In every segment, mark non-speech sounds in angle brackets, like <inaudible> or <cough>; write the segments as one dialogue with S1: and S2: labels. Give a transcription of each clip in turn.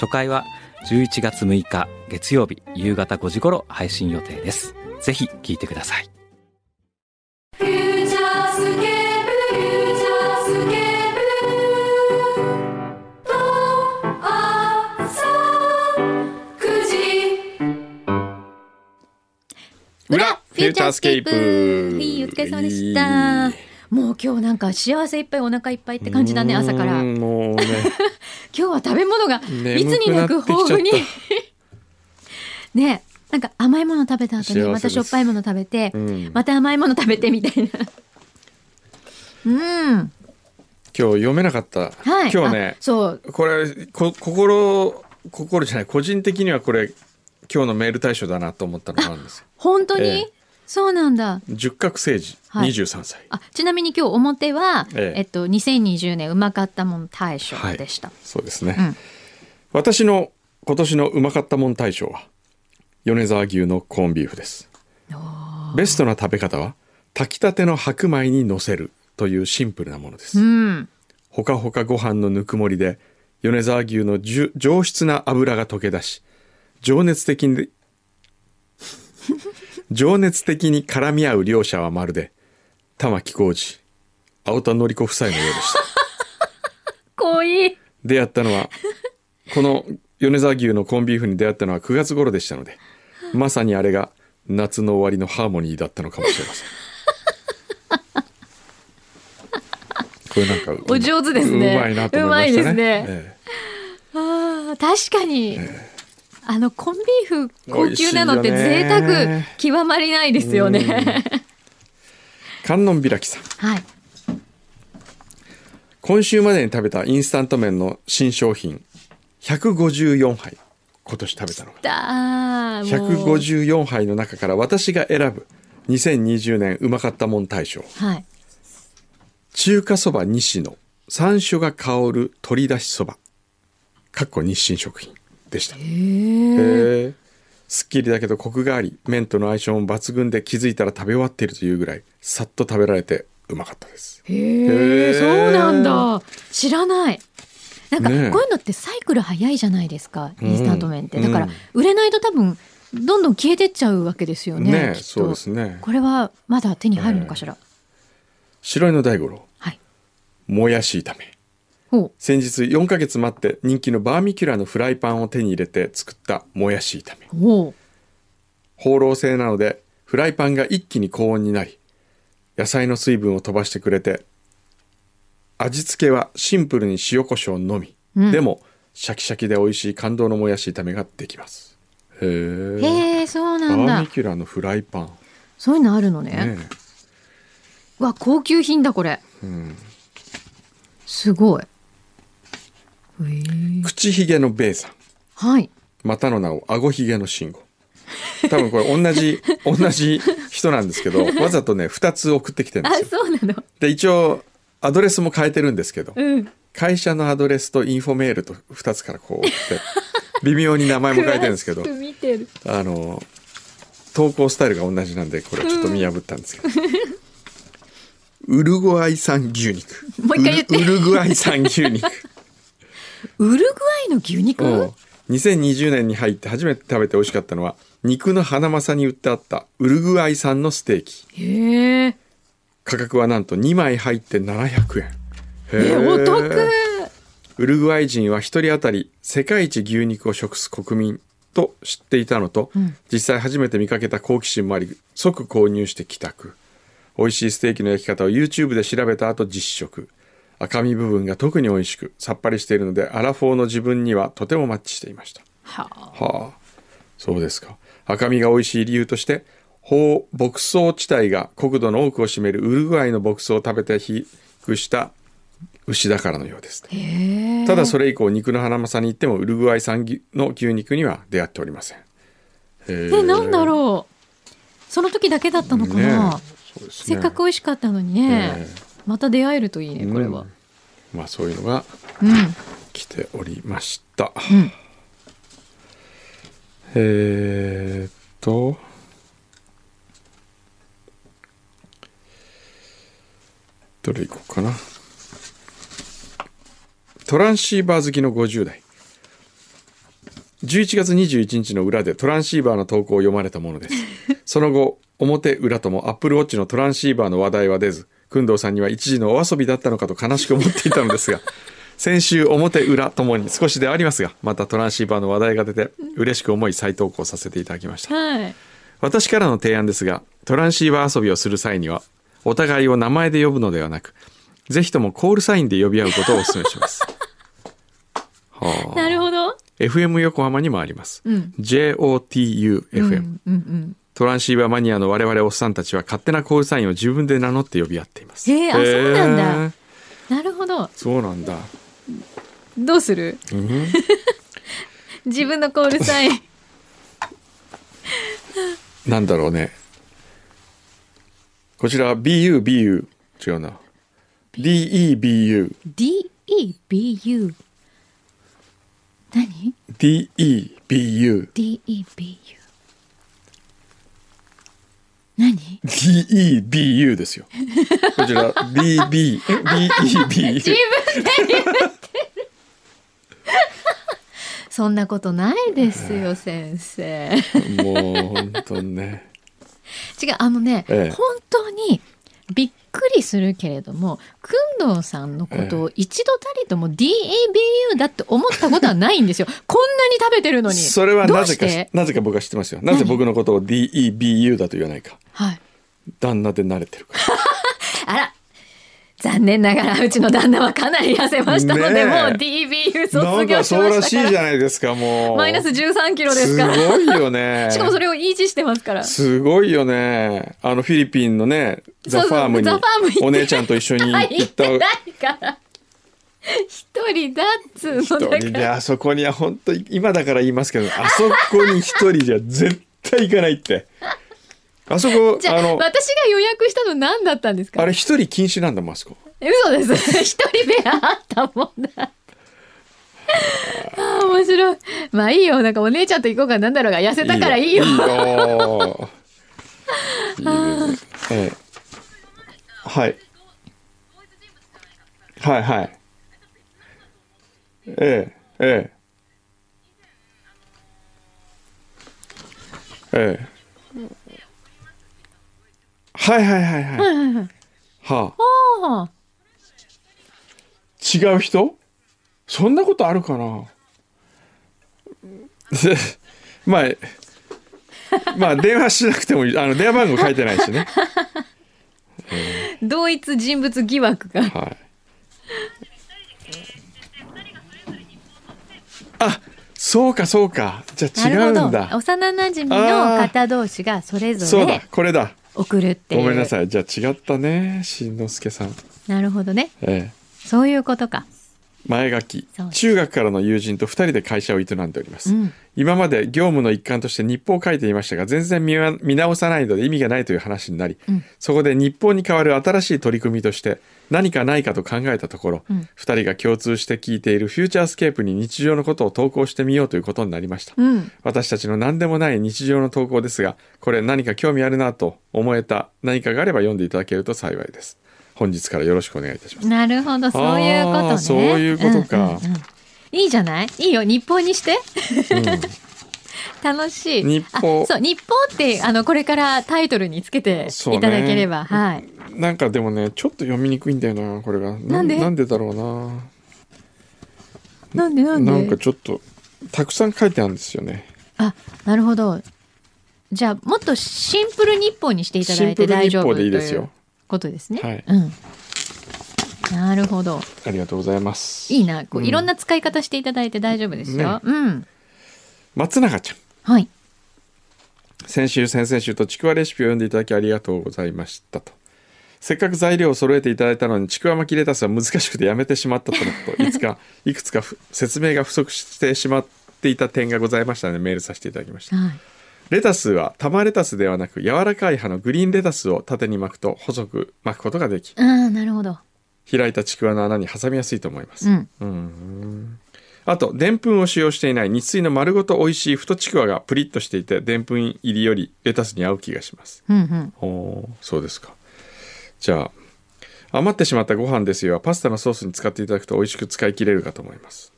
S1: 初回は11月6日月曜日夕方5時頃配信予定ですぜひ聞いてください
S2: 「フューチャースケープフューチャースケープル」「とあさ9時」
S3: 裏フューチャースケープ
S4: はいお疲れ様でした
S3: いい
S4: もう今日なんか幸せいっぱいお腹いっぱいって感じだね朝から
S3: うー
S4: 今
S3: ん
S4: <laughs>
S3: もうね
S4: 日は食べ物がいつ
S3: 眠
S4: に
S3: くな
S4: な
S3: って
S4: く
S3: きちゃった
S4: 豊富に <laughs> ねなんか甘いもの食べた後
S3: 幸
S4: に
S3: せ
S4: ま
S3: です
S4: たしょっぱいもの食べて、
S3: ん
S4: また甘いもの食べてみたいなうん
S3: 今日読めなかった、
S4: はい
S3: 今日ね
S4: あそう
S3: これこ心心じゃない個人的にはこれ今日のメール対象だなと思ったのがあるんですよ
S4: 本当に、
S3: ええ
S4: そうなんだ
S3: 十角聖児
S4: はい
S3: 23歳、
S4: あちなみに今日表は、
S3: え
S4: え
S3: え
S4: っと、2020年うまかったもの大賞でした、
S3: そうですね、
S4: うん
S3: 私の今年のうまかったもん大賞は米沢牛のコーンビーフですベストな食べ方は炊きたての白米にのせるというシンプルなものです、
S4: うん
S3: ほかほかご飯のぬくもりで米沢牛のじゅ上質な脂が溶け出し情熱的に <laughs> 情熱的に絡み合う両者はまるで玉置浩二青田紀子夫妻のようでした
S4: 濃い
S3: 出会ったの
S4: <laughs>
S3: はこの米沢牛のコンビーフに出会ったのは9月頃でしたのでまさにあれが夏の終わりのハーモニーだったのかもしれま
S4: <laughs>
S3: せんこれなんかう
S4: お上手ですね
S3: うまいなと思いましたね
S4: うまいですね
S3: ええ
S4: あー確かに、あのコンビーフ高級なのって
S3: 美味しい
S4: 贅
S3: よ
S4: 沢
S3: ね
S4: 極まりないですよね。
S3: 観音開きさん
S4: <laughs> はい。
S3: 今週までに食べたインスタント麺の新商品154杯今年食べたのが
S4: だーもう
S3: 154杯の中から私が選ぶ2020年うまかったもん大賞
S4: はい。
S3: 中華そば西野山椒が香る鶏だしそばかっこ日清食品でしたへえすっきりだけどコクがあり麺との相性も抜群で気づいたら食べ終わっているというぐらいさっと食べられてうまかったです
S4: へ
S3: へー
S4: えそうなんだ知らない。なんかこうい
S3: ねえ
S4: うのってサイクル早いじゃないですか、インスタント麺ってだか
S3: う
S4: ら
S3: ん
S4: 売れないと多分どんどん消えてっちゃうわけですよね
S3: ね
S4: きっと
S3: そうですね
S4: これはまだ手に入るのかしら、
S3: 白井の大五郎
S4: はい
S3: もやし炒め
S4: ほう
S3: 先日4ヶ月待って人気のバーミキュラのフライパンを手に入れて作ったもやし炒め
S4: ほう
S3: 放浪性なのでフライパンが一気に高温になり野菜の水分を飛ばしてくれて味付けはシンプルに塩コショウのみ、でもシャキシャキで美味しい感動のもやし炒めができますへえ
S4: へえそう
S3: バ
S4: なん
S3: ーミ
S4: だ
S3: キュラのフライパン、
S4: そういうのあるのね
S3: ねえ、
S4: わ高級品だこれ、すごい
S3: 口ひげのベイさん
S4: はい
S3: またの名を顎ひげの慎吾多分これ同じ
S4: <laughs>
S3: 同じ人なんですけどわざとね2つ送ってきてるん
S4: あ
S3: ですよ
S4: そうなの
S3: で一応アドレスも変えてるんですけど、
S4: うん
S3: 会社のアドレスとインフォメールと2つからこう送って
S4: <laughs>
S3: 微妙に名前も変えてるんですけど
S4: 詳しく見てる
S3: あの投稿スタイルが同じなんでこれちょっと見破ったんですけど、ウルグアイ産牛肉
S4: もう一回言って
S3: ウルウルグアイ産牛
S4: <laughs>
S3: 肉
S4: ウルグアイの牛肉
S3: うん2020年に入って初めて食べて美味しかったのは肉のハナマサに売ってあったウルグアイ産のステーキ
S4: へえ
S3: 価格はなんと2枚入って700円へ
S4: え
S3: ー
S4: お得
S3: ウルグアイ人は一人当たり世界一牛肉を食す国民と知っていたのと、実際初めて見かけた好奇心もあり即購入して帰宅美味しいステーキの焼き方を YouTube で調べた後実食赤身部分が特に美味しくさっぱりしているのでアラフォーの自分にはとてもマッチしていました
S4: はあ
S3: はあそうですか赤身が美味しい理由として放牧草地帯が国土の多くを占めるウルグアイの牧草を食べて肥育した牛だからのようです
S4: へえ
S3: ただそれ以降肉のハナマサに行ってもウルグアイ産牛の牛肉には出会っておりません
S4: え
S3: え
S4: なんだろうその時だけだったのかな、
S3: ねそうです
S4: せ
S3: ね
S4: っかく美味しかったのにね、
S3: え
S4: また出会えるといいねこれは
S3: まあそういうのが
S4: うん、
S3: 来ておりました、
S4: ん
S3: えーっとどれいこうかなトランシーバー好きの50代11月21日の裏でトランシーバーの投稿を読まれたものですその後表裏ともアップルウォッチのトランシーバーの話題は出ず工藤さんには一時のお遊びだったのかと悲しく思っていたのですが先週表裏ともに少しではありますがまたトランシーバーの話題が出て嬉しく思い再投稿させていただきました
S4: はい
S3: 私からの提案ですがトランシーバー遊びをする際にはお互いを名前で呼ぶのではなくぜひともコールサインで呼び合うことをお勧めします
S4: <laughs>
S3: はあ
S4: なるほど
S3: FM 横浜にもあります、
S4: うん
S3: JOTUFM、
S4: うんうん
S3: トランシーバーマニアの我々おっさんたちは勝手なコールサインを自分で名乗って呼び合っています
S4: へえあそうなんだ
S3: へえ
S4: うんなるほど
S3: そうなんだ
S4: どうする、 <laughs> 自分のコールサイン
S3: なんだろうねこちら BUBU 違うな DEBU
S4: DEBU 何
S3: DEBU
S4: ?DEBU 何
S3: DEBU ですよこちら DB え DEBU
S4: そんなことないですよ先生
S3: もう本当にね
S4: 違うあのね、
S3: ええ
S4: 本当にびっくりするけれども工藤さんのことを一度たりとも DABU だって思ったことはないんですよこんなに食べてるのに
S3: それはなぜか
S4: どう
S3: し
S4: して
S3: なぜか僕は知ってますよなぜ
S4: 何
S3: 僕のことを DEBU だと言わないか
S4: はい、
S3: 旦那で慣れてる
S4: <laughs>
S3: から
S4: あら残念ながらうちの旦那はかなり痩せましたの
S3: ねえ
S4: で、もう DBU
S3: な
S4: 卒
S3: んか
S4: 業し
S3: そう
S4: ま
S3: ら
S4: し
S3: しい
S4: た
S3: じ
S4: か
S3: ゃないですかも
S4: ら
S3: う
S4: マイナス13キロですから
S3: すごいよね
S4: <laughs> しかもそれを維持してますから
S3: すごいよねあのフィリピンのね
S4: そ
S3: ザ・
S4: うそう
S3: ファームに
S4: ザファーム行って
S3: お姉ちゃんと一緒に
S4: 入
S3: 行
S4: っ
S3: った
S4: てないから一人だっつうの
S3: 一
S4: だ
S3: 人
S4: か
S3: で
S4: ら
S3: あそこには本当に今だから言いますけどあそこに一人じゃ絶対行かないってあそこ
S4: <laughs> じゃあ
S3: あの
S4: 私が予約したの何だったんですか
S3: あれ一人禁止なんだもんあそこ
S4: 嘘です一人部屋あったもんだってああ面白いまあいいよなんかお姉ちゃんと行こうかなんだろうが痩せたからいいよ
S3: <laughs> いいよいいねええはいはいはいええええええはいはいはいはいはあ
S4: ああ
S3: 違う人そんなことあるかな <laughs> まあまあ電話しなくてもいいあの電話番号書いてないしね
S4: 同一人物疑惑が
S3: はいあそうかそうかじゃあ
S4: な
S3: 違
S4: るほ
S3: う
S4: ど
S3: んだ
S4: 幼馴染
S3: あ
S4: の
S3: ー
S4: 方同士がそれ
S3: そ
S4: ぞ
S3: う
S4: れ
S3: だこれだ
S4: 送るっていう
S3: ごめんなさいじゃあ違ったねしんのすけさん、
S4: なるほどね
S3: ええ、
S4: そういうことか
S3: 前書き
S4: そうです
S3: 中学からの友人と2人で会社を営んでおります、
S4: うん
S3: 今まで業務の一環として日報を書いていましたが全然見わ見直さないので意味がないという話になり、
S4: ん
S3: そこで日報に代わる新しい取り組みとして何かないかと考えたところ、
S4: うん
S3: 2人が共通して聞いているフューチャースケープに日常のことを投稿してみようということになりました、
S4: うん
S3: 私たちの何でもない日常の投稿ですがこれ何か興味あるなと思えた何かがあれば読んでいただけると幸いです本日からよろしくお願いいたします
S4: なるほどそういうこと
S3: あ
S4: ね
S3: ーそういうことか
S4: うんうんうんいいじゃないいいよ日報にして、 <laughs> 楽しい
S3: 日報
S4: あそう日報ってあのこれからタイトルにつけて
S3: そうね
S4: いただければ、はい
S3: なんかでもねちょっと読みにくいんだよなこれが
S4: なんで
S3: なんでだろうな
S4: なんでなんで
S3: なんかちょっとたくさん書いてあるんですよね。
S4: あなるほどじゃあもっとシンプル日報にしていただい
S3: シンプ
S4: て
S3: ル日報
S4: 大丈夫
S3: でいいですよ
S4: とうことですね、
S3: はい
S4: うんなるほど
S3: ありがとうございます。
S4: いいなこう、
S3: うん
S4: いろんな使い方していただいて大丈夫ですよ、
S3: ね
S4: うん
S3: 松永ちゃん、
S4: はい
S3: 先週先々週とちくわレシピを読んでいただきありがとうございましたと。せっかく材料を揃えていただいたのにちくわ巻きレタスは難しくてやめてしまったとのこと
S4: <laughs>
S3: いつかいくつかふ説明が不足してしまっていた点がございましたのでメールさせていただきました
S4: はい。
S3: レタスは玉レタスではなく柔らかい葉のグリーンレタスを縦に巻くと細く巻くことができ
S4: ああ、なるほど。
S3: 開いたちくわの穴に挟みやすいと思います、
S4: うん。
S3: あと、でんぷんを使用していない日水の丸ごと美味しい太ちくわがプリッとしていて、でんぷん入りよりレタスに合う気がします。
S4: うんうん。
S3: おそうですか。じゃあ、余ってしまったご飯ですよはパスタのソースに使っていただくと美味しく使い切れるかと思います。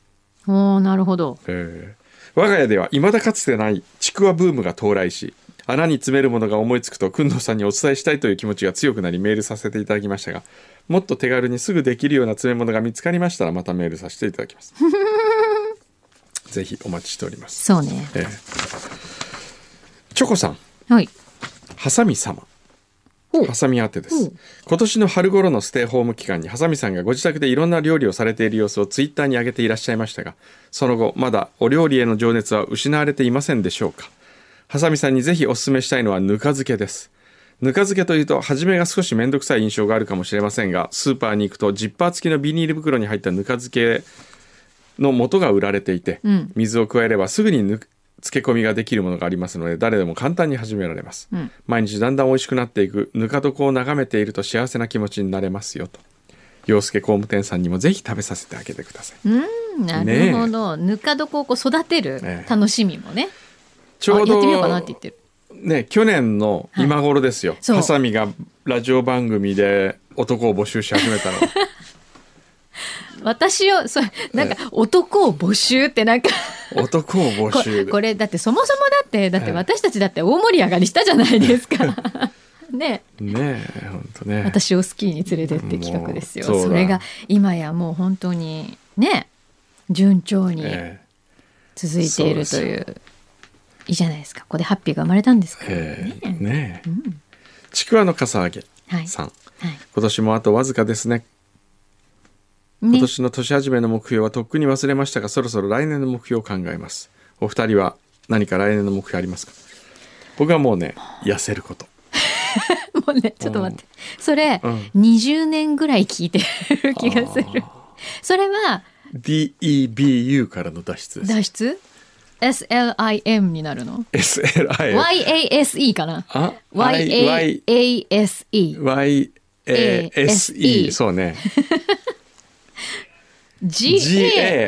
S4: おお、なるほど。
S3: へえ我が家では未だかつてないちくわブームが到来し、穴に詰めるものが思いつくと、くんどうさんにお伝えしたいという気持ちが強くなりメールさせていただきましたが、もっと手軽にすぐできるような詰め物が見つかりましたら、またメールさせていただきます。ぜひお待ちしております。
S4: そうね。
S3: ええチョコさん、
S4: はい。
S3: ハサミ様。
S4: お
S3: ハサミ宛てで
S4: ほ
S3: す
S4: う
S3: 今年の春頃のステイホーム期間にハサミさんがご自宅でいろんな料理をされている様子をツイッターに上げていらっしゃいましたがその後まだお料理への情熱は失われていませんでしょうかハサミさんにぜひお勧めしたいのはぬか漬けですぬか漬けというと初めが少し面倒くさい印象があるかもしれませんがスーパーに行くとジッパー付きのビニール袋に入ったぬか漬けの元が売られていて、
S4: ん
S3: 水を加えればすぐにぬ漬け込みができるものがありますので誰でも簡単に始められます、
S4: ん
S3: 毎日だんだん美味しくなっていくぬか床を眺めていると幸せな気持ちになれますよと洋介工務店さんにもぜひ食べさせてあげてください
S4: うん、なるほど。ぬか床をこう育てる
S3: ええ
S4: 楽しみもね。
S3: ちょう
S4: あやってみようかな
S3: ど
S4: って言ってる。
S3: ね去年の今頃ですよ、
S4: そう
S3: ハサミがラジオ番組で男を募集し始めたの
S4: 私を、そう、なんか、男を募集ってなんか、 <laughs>
S3: 男を募
S4: こ
S3: 集で
S4: これだってそもそもだって、だっ
S3: ええ
S4: て私たちだって大盛り上がりしたじゃないですか。 <laughs> ね
S3: ねえほんとね
S4: 私をスキーに連れてって企画ですよ。
S3: もうそう
S4: そ
S3: だ
S4: れが今やもう本当にね、順調に
S3: え
S4: 続いているという。いいじゃないですか。ここでハッピーが生まれたんですか
S3: え
S4: ら
S3: え
S4: ね。
S3: えねえ、
S4: ん
S3: ちくわのかさあげ
S4: はい。
S3: さん、
S4: はい。
S3: 今年もあとわずかですね
S4: ね
S3: 今年の年始めの目標はとっくに忘れましたがそろそろ来年の目標を考えますお二人は何か来年の目標ありますか僕はもうね痩せること
S4: もうね、 <laughs> ちょっと待って。それ、
S3: ん
S4: 20年ぐらい聞いてる気がする。それは、
S3: DEBU からの脱出で
S4: 脱出 ?SLIM になるの
S3: す SLI
S4: ?YASE かな
S3: あ
S4: ?YASE。
S3: YASE
S4: ASE
S3: そうね
S4: GARI。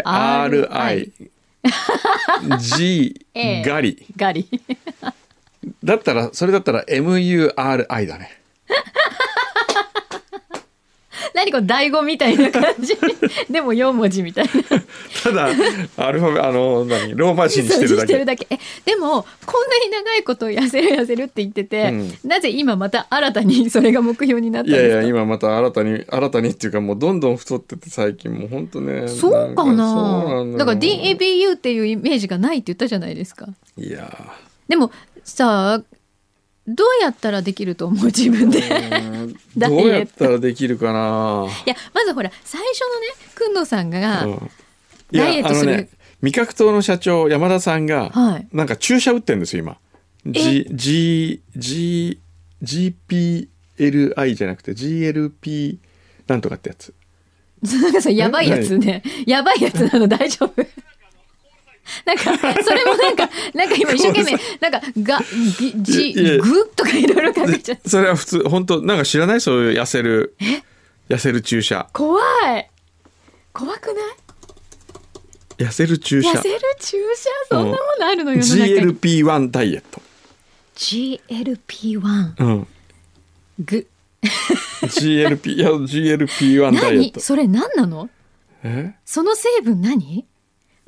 S3: GARI G ガリ
S4: ガリ。 <laughs>
S3: だったらそれだったら MURI だね
S4: 何これ、醍醐みたいな感じ。 <laughs> でも4文字みたいな。
S3: ただアルファベあの何ローマ字にしてるだ
S4: してる
S3: け
S4: だけ。え、でも、こんなに長いこと痩せる痩せるって言ってて、
S3: う
S4: なぜ今また新たにそれが目標になったん
S3: い
S4: です
S3: や
S4: か
S3: いや今また新たに新たにっていうかもうどんどん太ってて最近もうほんとね
S4: そうかな
S3: そうなんだよ
S4: だから DABU っていうイメージがないって言ったじゃないですか。
S3: いや
S4: でもさあどうやったらできると思う自分で。い
S3: ー
S4: ダイエッ
S3: ど
S4: ト
S3: うやったらできるかな
S4: やまずほら最初のねくんのさんが、
S3: うん
S4: ダイエットする
S3: 味覚糖の社長山田さんが、
S4: はい
S3: なんか注射打ってんですよ今 G G G GPLI じゃなくて GLP なんとかってやつ
S4: なんかさやばいやつねやばいやつなの大丈夫 <laughs> なんかそれもなんかなんか今一生懸命なんか「が」ぎ「じ」「
S3: いやいや
S4: ぐ」とかいろいろ書いちゃって
S3: それは普通本当なんか知らないそういう痩せる痩せる注射
S4: 怖い怖くない
S3: 痩せる注射
S4: 痩せる注射そんなものあるのよ、世の中に
S3: GLP1 ダイエット、
S4: GLP1
S3: うん、
S4: ぐ
S3: GLP いや GLP1 ダイエッ
S4: 何
S3: ト
S4: それ何なの
S3: え
S4: その成分何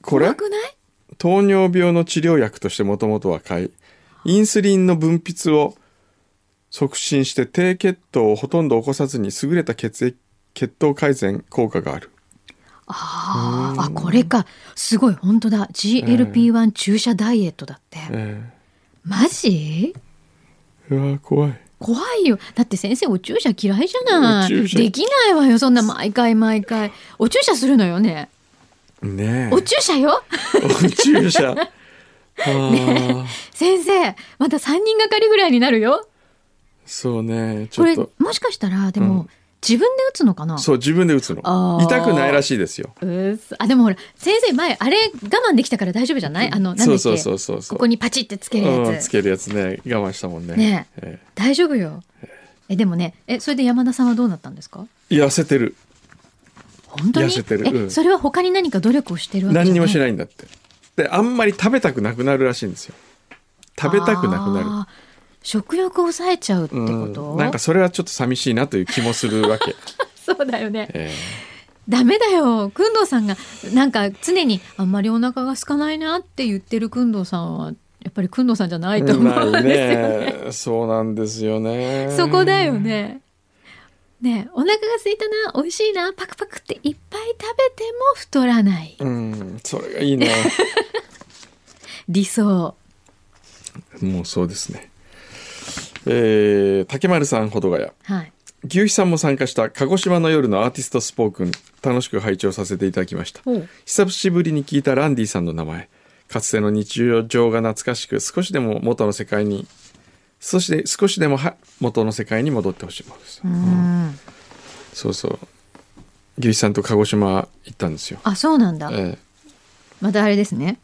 S3: これ
S4: 怖くない
S3: 糖尿病の治療薬としてもともとは買いインスリンの分泌を促進して低血糖をほとんど起こさずに優れた血液血糖改善効果がある
S4: あーあこれかすごい本当だ GLP1 注射ダイエットだって、
S3: え
S4: マジ
S3: えうわ怖い
S4: 怖いよだって先生お注射嫌いじゃな
S3: お注
S4: い
S3: 射
S4: できないわよそんな毎回毎回お注射するのよね
S3: ねえ
S4: お注射よ <laughs>
S3: お注射あー
S4: 先生また3人がかりぐらいになるよ
S3: そうねち
S4: こ
S3: ょっ
S4: れ
S3: と
S4: もしかしたらで
S3: う
S4: も、自分で打つのかな
S3: そう自分で打つの
S4: あー
S3: 痛くないらしいですよ
S4: うっすあでもほら先生前あれ我慢できたから大丈夫じゃないあのなんだっ
S3: そ
S4: け
S3: うそうそうそうそう
S4: ここにパチってつける
S3: う
S4: や
S3: ん、つ
S4: つ、
S3: けるやつね我慢したもんね
S4: ね
S3: え
S4: 大丈夫よえでもねえそれで山田さんはどうなったんですか
S3: え痩せてる
S4: 本当に
S3: 痩せてるう
S4: え
S3: ん
S4: それは他に何か努力をしてるわけ
S3: 何にもし
S4: い
S3: ないんだってであんまり食べたくなくなるらしいんですよ食べたくなくなる
S4: あー食欲を抑えちゃうってこ
S3: うん
S4: と、
S3: なんかそれはちょっと寂しいなという気もする
S4: <laughs>
S3: わけ、
S4: そうだよね
S3: え
S4: ダメだよくんどうさんがなんか常にあんまりお腹が空かないなって言ってるくんどうさんはやっぱりくんどうさんじゃな
S3: え
S4: いと思うんですよ
S3: ないねそうなんですよね
S4: <laughs> そこだよね。ねえお腹が空いたな美味しいなパクパクっていっぱい食べても太らない
S3: うんそれが
S4: <laughs>
S3: いいな
S4: 理想
S3: もうそうですねえー竹丸さんほどがや
S4: はい
S3: 牛肥さんも参加した鹿児島の夜のアーティストスポークン楽しく拝聴させていただきました
S4: おう
S3: 久しぶりに聞いたランディさんの名前かつての日常が懐かしく少しでも元の世界にそして少しでもは元の世界に戻ってほしいものです、
S4: ん
S3: そうそう牛肥さんと鹿児島行ったんですよ、
S4: あそうなんだ
S3: ええ
S4: またあれですね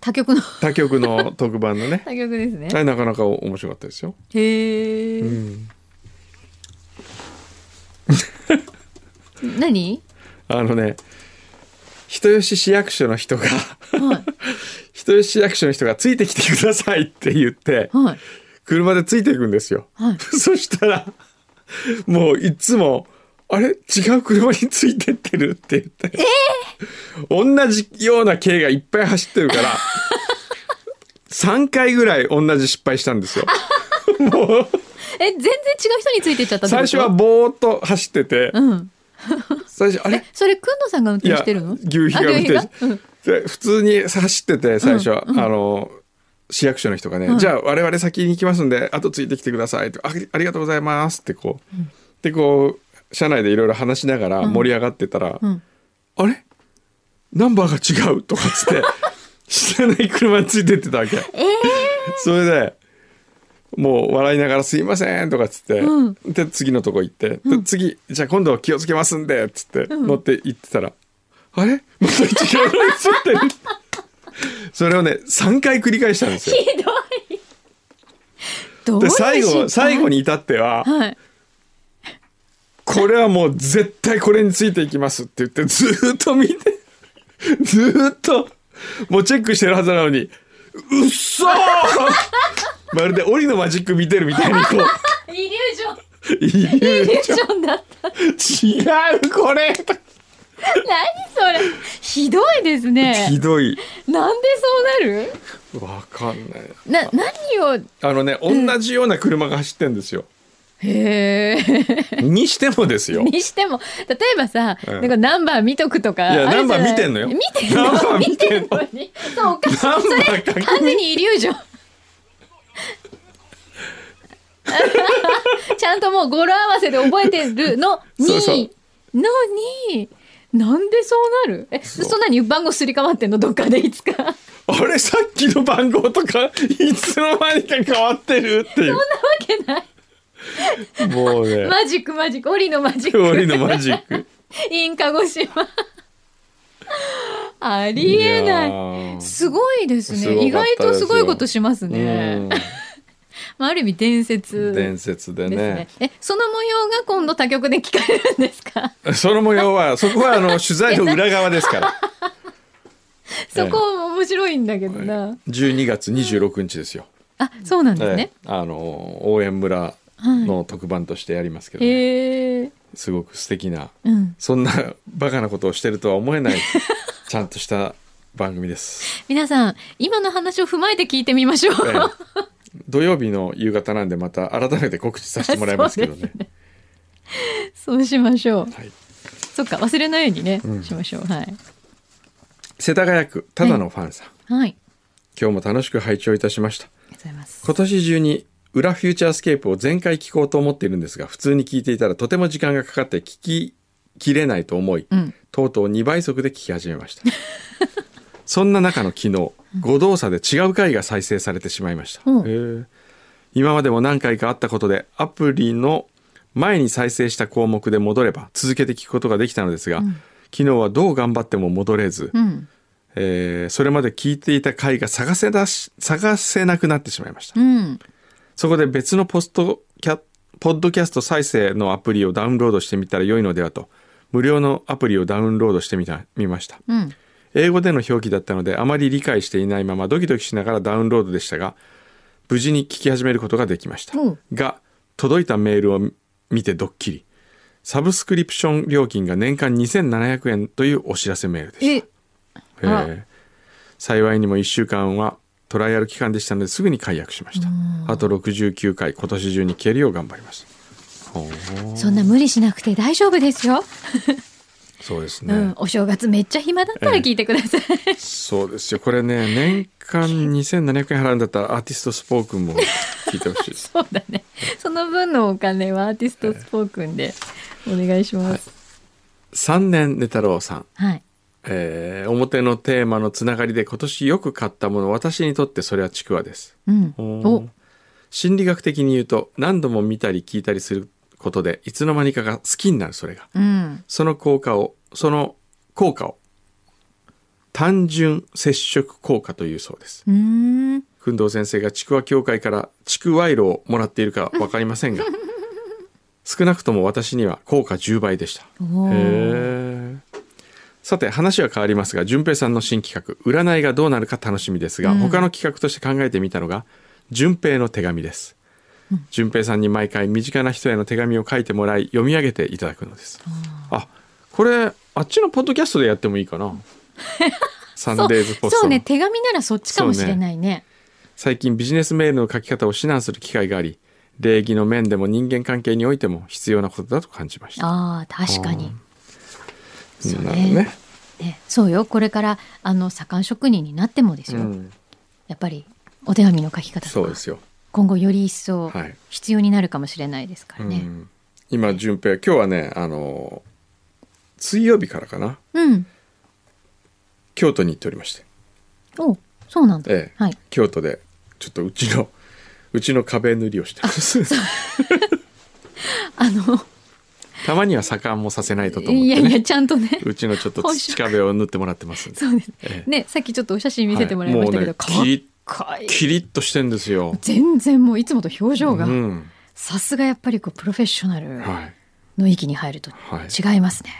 S4: 他局の
S3: 他局の特番の
S4: <laughs>
S3: ね
S4: 他局ですね
S3: あれなかなか面白かったですよ、
S4: へえ、
S3: うん、
S4: 何
S3: あのね人吉市役所の人が
S4: は
S3: <laughs> 人吉市役所の人がついてきてくださいって言って
S4: いはい
S3: 車でついていくんですよ
S4: はい
S3: <laughs> そしたら、もういつも、あれ違う車についてってるって言って。同じような軽がいっぱい走ってる
S4: <laughs>
S3: から、3回ぐらい同じ失敗したんですよ。もう、
S4: え全然違う人についてっちゃったってこ
S3: 最
S4: と
S3: 初はぼーっと走ってて、
S4: うん
S3: 最初、あれ
S4: それくんのさんが運転してるの
S3: 牛皮が運転
S4: あ牛皮がうん
S3: して、で普通に走ってて最初は、あの市役所の人がね、じゃあ我々先に行きますんで後ついてきてくださいとあありがとうございますってこう、でこう車内でいろいろ話しながら盛り上がってたら、
S4: ん
S3: あれナンバーが違うとかっつ
S4: <laughs>
S3: って知らない車についてってたわけ、それでもう笑いながら「すいません」とかっつって、
S4: うん
S3: で次のとこ行って、で次じゃあ今度は気をつけますんでっつって乗って行ってたら「あれ <laughs> また違うのについてる」それをね3回繰り返したん
S4: <laughs>
S3: ですよ。
S4: ひどいどうい
S3: で
S4: う
S3: 最
S4: 失敗
S3: 後最後に至っては
S4: はい
S3: 「これはもう絶対これについていきます」って言ってずーっと見てずーっともうチェックしてるはずなのに「うっそー! 」
S4: <laughs>
S3: まるで檻のマジック見てるみたいにこう
S4: イリュージ
S3: 「
S4: ョン
S3: いや
S4: イリュージョンだった
S3: 違うこれ!」とか
S4: 何それひどいです
S3: ひ
S4: ね
S3: どい。
S4: なんでそうなる
S3: わかんない。
S4: な何を
S3: あのね、同じような車が走ってんです
S4: <laughs>
S3: よ。
S4: へえ
S3: にしてもですよ。い
S4: にしても例えばさ、
S3: うん
S4: なんかナンバー見とくとか
S3: や、
S4: あ
S3: ナ
S4: る
S3: ンバ
S4: じゃ
S3: ー
S4: ない
S3: 見てんのよ。
S4: 見てん
S3: ナンバ
S4: の
S3: ー見
S4: 見
S3: て
S4: て
S3: ん
S4: ん
S3: の。
S4: のにそうおかしい
S3: ナン
S4: そ
S3: バー
S4: れ完全にイリュ
S3: <laughs>
S4: ージョンちゃんともう語呂合わせで覚えてるのに
S3: そうそう
S4: のになんでそうなるえそんなに番号すり替わってんのどっかでいつか
S3: あれ、さっきの番号とか、いつの間にか変わってるっていう。
S4: けない
S3: もうね、
S4: マジックマジック檻のマジック
S3: 檻のマジック。
S4: インカゴ島ありえない
S3: い
S4: すごいですね
S3: すごかった
S4: 意外とすごいことします
S3: や
S4: ね
S3: ー。
S4: <laughs> まあ、ある意味伝
S3: う
S4: 説
S3: ん
S4: で
S3: 伝
S4: す
S3: 説で
S4: ね
S3: ね。
S4: えその模様が今度他局で聞かれるんで
S3: <laughs>
S4: すか
S3: その模様は、そこはあの、取材の裏側ですから。
S4: そこ面白いんだけどな、
S3: 12月26日ですよ。
S4: あそうなんです
S3: え
S4: ね
S3: え、あの、応援村の特番としてやりますけどね。
S4: へえ
S3: すごく素敵な
S4: うん
S3: そんなバカなことをしてるとは思えないちゃんとした番組です。
S4: 皆さん今の話を踏まえて聞いてみましょう、
S3: ええ土曜日の夕方なんでまた改めて告知させてもらいますけど
S4: <laughs> そうで
S3: ね
S4: す。そうしましょう
S3: はい、
S4: そっか忘れないようにね、しましょうはい
S3: 世田谷区ただのファンさん、
S4: はい
S3: 今日も楽しく拝聴いたしました。
S4: ありがとうございます
S3: 今年中に裏フューチャースケープを全回聞こうと思っているんですが普通に聞いていたらとても時間がかかって聞ききれないと思い、
S4: ん
S3: とうとう2倍速で聞き始めました <laughs> そんな中の昨日誤動作で違う回が再生されてしまいました、
S4: うん
S3: へえ今までも何回かあったことでアプリの前に再生した項目で戻れば続けて聞くことができたのですが、昨日はどう頑張っても戻れず、
S4: うん
S3: えーそれまで聞いていた回が探せだし探せなくなってしまいました、
S4: うん
S3: そこで別のポストキャポッドキャスト再生のアプリをダウンロードしてみたら良いのではと無料のアプリをダウンロードしてみた見ました
S4: うん
S3: 英語での表記だったのであまり理解していないままドキドキしながらダウンロードでしたが無事に聞き始めることができました
S4: うん
S3: が届いたメールを見てドッキリサブスクリプション料金が年間2700円というお知らせメールでした
S4: え
S3: え
S4: あ
S3: ー幸いにも1週間はトライアル期間でしたのですぐに解約しましたあと69回今年中に消えるよう頑張ります
S4: そんな無理しなくて大丈夫ですよ、
S3: そうです
S4: う
S3: ね、
S4: ん、お正月めっちゃ暇だったら聞いてください、 <laughs>
S3: そうですよこれね年間2700円払うんだったらアーティストスポークンも聞いて
S4: <laughs>
S3: ほしい
S4: そうだねその分のお金はアーティストスポークンでお願いします
S3: 3年寝太郎さん、
S4: はい、
S3: えー表のテーマのつながりで今年よく買ったもの私にとってそれはちくわです
S4: うん
S3: お
S4: お
S3: 心理学的に言うと何度も見たり聞いたりすることでいつの間にかが好きになるそれが
S4: うん
S3: その効果を、その効果を、単純接触効果というそうです。
S4: うーん
S3: 工藤先生がちくわ協会からちくわいろをもらっているかわかりま
S4: <laughs>
S3: せんが、少なくとも私には効果10倍でした。
S4: お
S3: へ
S4: ー
S3: えさて話は変わりますが順平さんの新企画占いがどうなるか楽しみですが、他の企画として考えてみたのが順平の手紙です、順平さんに毎回身近な人への手紙を書いてもらい読み上げていただくのですあこれあっちのポッドキャストでやってもいいか
S4: <laughs>
S3: なサンデーズポス
S4: そ
S3: ト
S4: うね
S3: の
S4: 手紙ならそっちかもしれないね
S3: 最近ビジネスメールの書き方を指南する機会があり礼儀の面でも人間関係においても必要なことだと感じました
S4: ああ確かにそう
S3: なるほど
S4: ねねそうよこれからあの左官職人になってもです
S3: う
S4: よ、
S3: ん、
S4: やっぱりお手紙の書き方
S3: そ
S4: と
S3: う
S4: か
S3: ですよ
S4: 今後より一層
S3: はい
S4: 必要になるかもしれないですから
S3: う
S4: ね。
S3: ん今順平今日はねあの水曜日からかな
S4: うん、
S3: 京都に行っておりまして、
S4: おそうなんだ、
S3: ええ
S4: はい、
S3: 京都でちょっとうちのうちの壁塗りをしてます
S4: <laughs>
S3: <laughs>
S4: あの
S3: たまには左官もさせないとと思っ
S4: い
S3: て、
S4: や
S3: ね、
S4: いやちゃんとね
S3: うちのちょっと
S4: 本職
S3: 土壁を塗ってもらってますんで
S4: そうです、
S3: え
S4: ねさっきちょっとお写真見せてもらいましたけ
S3: は
S4: ど、
S3: いもうね
S4: かっこいい
S3: キリッとしてんですよ、
S4: 全然もういつもと表情
S3: う
S4: が
S3: ん、
S4: さすがやっぱりこうプロフェッショナル
S3: はい
S4: の域に入ると
S3: はい
S4: 違いますね。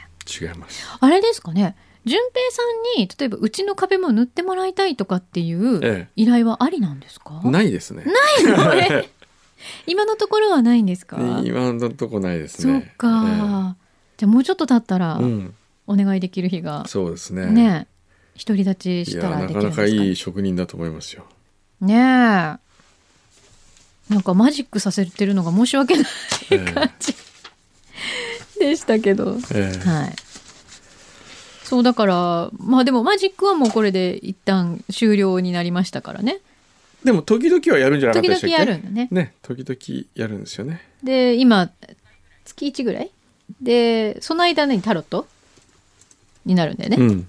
S3: 違います
S4: あれですかね順平さんに例えばうちの壁も塗ってもらいたいとかっていう
S3: ええ
S4: 依頼はありなんですか、
S3: ないですねな
S4: これ今のところはないんですか
S3: 今のとこないです
S4: そっ
S3: ね
S4: か、じゃあもうちょっと経ったら
S3: ええうん
S4: お願いできる日が、
S3: そうですね
S4: ねえ独り立ち
S3: い
S4: し
S3: や
S4: たら
S3: な
S4: でき
S3: か
S4: るんで
S3: な
S4: すか
S3: か
S4: ね
S3: いい職人だと思いますよ
S4: ねえなんかマジックさせてるのが申し訳ない
S3: ええ
S4: 感じでしたけど、
S3: ええ
S4: はいそうだからまあでもマジックはもうこれで一旦終了になりましたからね
S3: でも時々はやるんじゃなかったで
S4: 時々
S3: したっけ
S4: やるんだね
S3: ね時々やるんですよね
S4: で今月1ぐらいでその間ねタロットになるんだよね、
S3: うん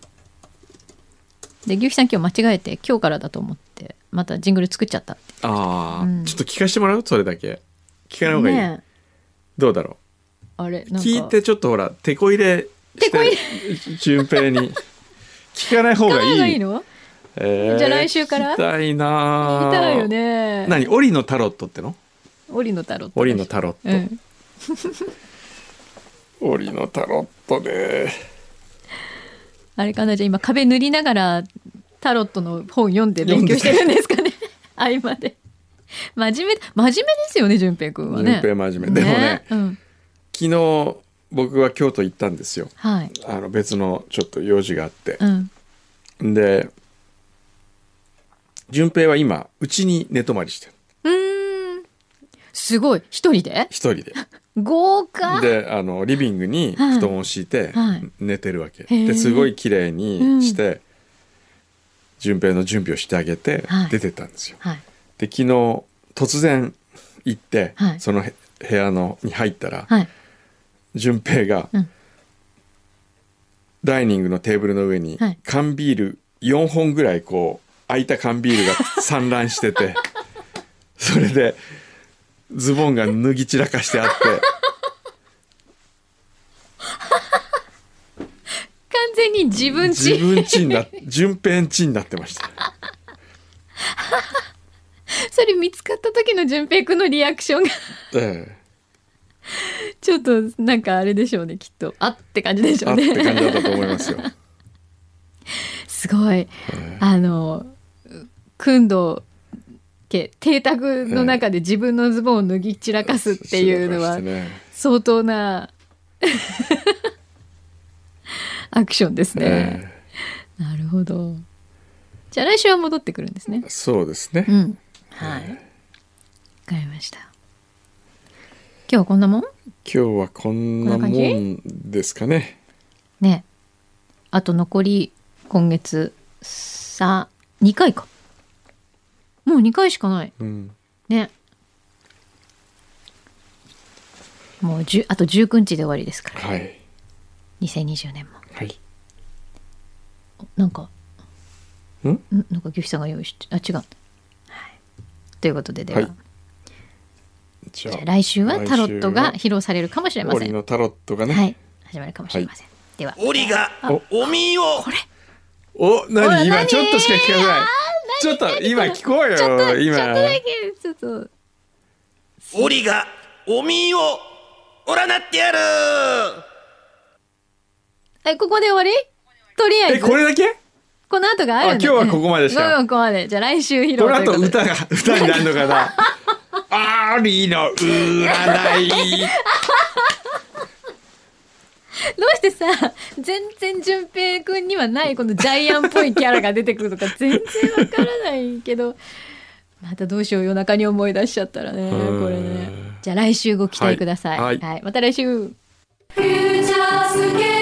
S4: で牛肥さん今日間違えて今日からだと思ってまたジングル作っちゃったって
S3: ああ、
S4: うん
S3: ちょっと聞かせてもらうそれだけ聞かない方がいい、
S4: ねえ
S3: どうだろ
S4: あれ
S3: う
S4: なんか
S3: 聞いてちょっとほら手こ入れして
S4: 手こ入
S3: 順平
S4: <laughs>
S3: に聞かない方
S4: 聞か
S3: が
S4: ない
S3: いい
S4: 方がいいの
S3: えー
S4: じゃあ来週から
S3: 聞きたいな
S4: 聞
S3: あ
S4: きたいよね
S3: 何オリのタロットっての
S4: 折のタロット
S3: オリのタロ
S4: う
S3: ッ
S4: ん
S3: トオリのタロットね
S4: あれかなじゃあ今壁塗りながらタロットの本読んで勉強してるんですかね <laughs> 合間で真面目真面目ですよね淳平くんはね
S3: 順平真面目でもね
S4: うん、
S3: 昨日僕は京都行ったんですよ
S4: はい
S3: あの別のちょっと用事があって
S4: うん
S3: で順平は今うちに寝泊まりしてる
S4: うーんすごい一人で
S3: 一人で
S4: 豪
S3: <laughs>
S4: 華
S3: であのリビングに
S4: はい
S3: 布団を敷いて
S4: はい
S3: 寝てるわけ、
S4: へー
S3: ですごい綺麗にして、順平の準備をしてあげて
S4: はい
S3: 出てったんですよ、
S4: はい
S3: で昨日突然行って、
S4: はい
S3: そのへ部屋のに入ったら、
S4: はい
S3: 順平が、
S4: うん
S3: ダイニングのテーブルの上に、
S4: はい
S3: 缶ビール4本ぐらいこう空いた缶ビールが散乱しててそれでズボンが脱ぎ散らかしてあって
S4: 完全に自分
S3: 自
S4: ち。
S3: 分ちにな順平んちになってました
S4: それ見つかった時の淳平くんのリアクションが <laughs>
S3: ええ
S4: ちょっとなんかあれでしょうねきっとあって感じでしょ
S3: あ
S4: う
S3: って感じだっ
S4: ね
S3: たと思いますよ。
S4: すごいあのくんど家邸宅の中で自分のズボンを脱ぎ散らかすっていうのは
S3: そうですね
S4: 相当な <laughs> アクションですね、
S3: え
S4: なるほどじゃあ来週は戻ってくるんですね
S3: えそうですね
S4: う。んはいわかりました今日はこんなもん
S3: 今日はこんな
S4: こんな感
S3: もん
S4: じ
S3: ですかね。
S4: ねあと残り今月さ2回かもう2回しかない
S3: うん、
S4: ねもう10あと19日で終わりですから
S3: はい。
S4: 2020年も
S3: はい。
S4: なんか
S3: ん
S4: なんかギフさんが用意してあ違う、はい、ということででは、
S3: はいじ
S4: じゃあ来週はタロットが披露されるかもしれませ
S3: 折
S4: ん
S3: のタロットがね。
S4: はい始まるかもしれません、では
S5: 檻がお身を
S3: お、
S4: ほら
S3: 何今
S4: 何
S3: ちょっとしか聞かない。ちょっと今聞こうよ。
S4: ちょっとちょっと
S3: 今。
S4: だけちょっと
S5: 檻がお身をおらなってやる
S4: えここで終わりとりあえ
S3: え、
S4: ず
S3: これだけ？
S4: この後があるんだ
S3: あ今日はここまででした
S4: うん今日はここまでじゃあ来週披露
S3: ことの
S4: いう
S3: 後
S4: ことで
S3: 歌が歌になるのか
S4: <laughs>
S3: な。アーリーの占い。
S4: どうしてさ全然淳平くんにはないこのジャイアンっぽいキャラが出てくるとか全然わからないけど <laughs> またどうしよう夜中に思い出しちゃったらね
S3: うん
S4: これねじゃあ来週ご期待ください、
S3: はい
S4: はい、また来週
S2: フューチャースケープ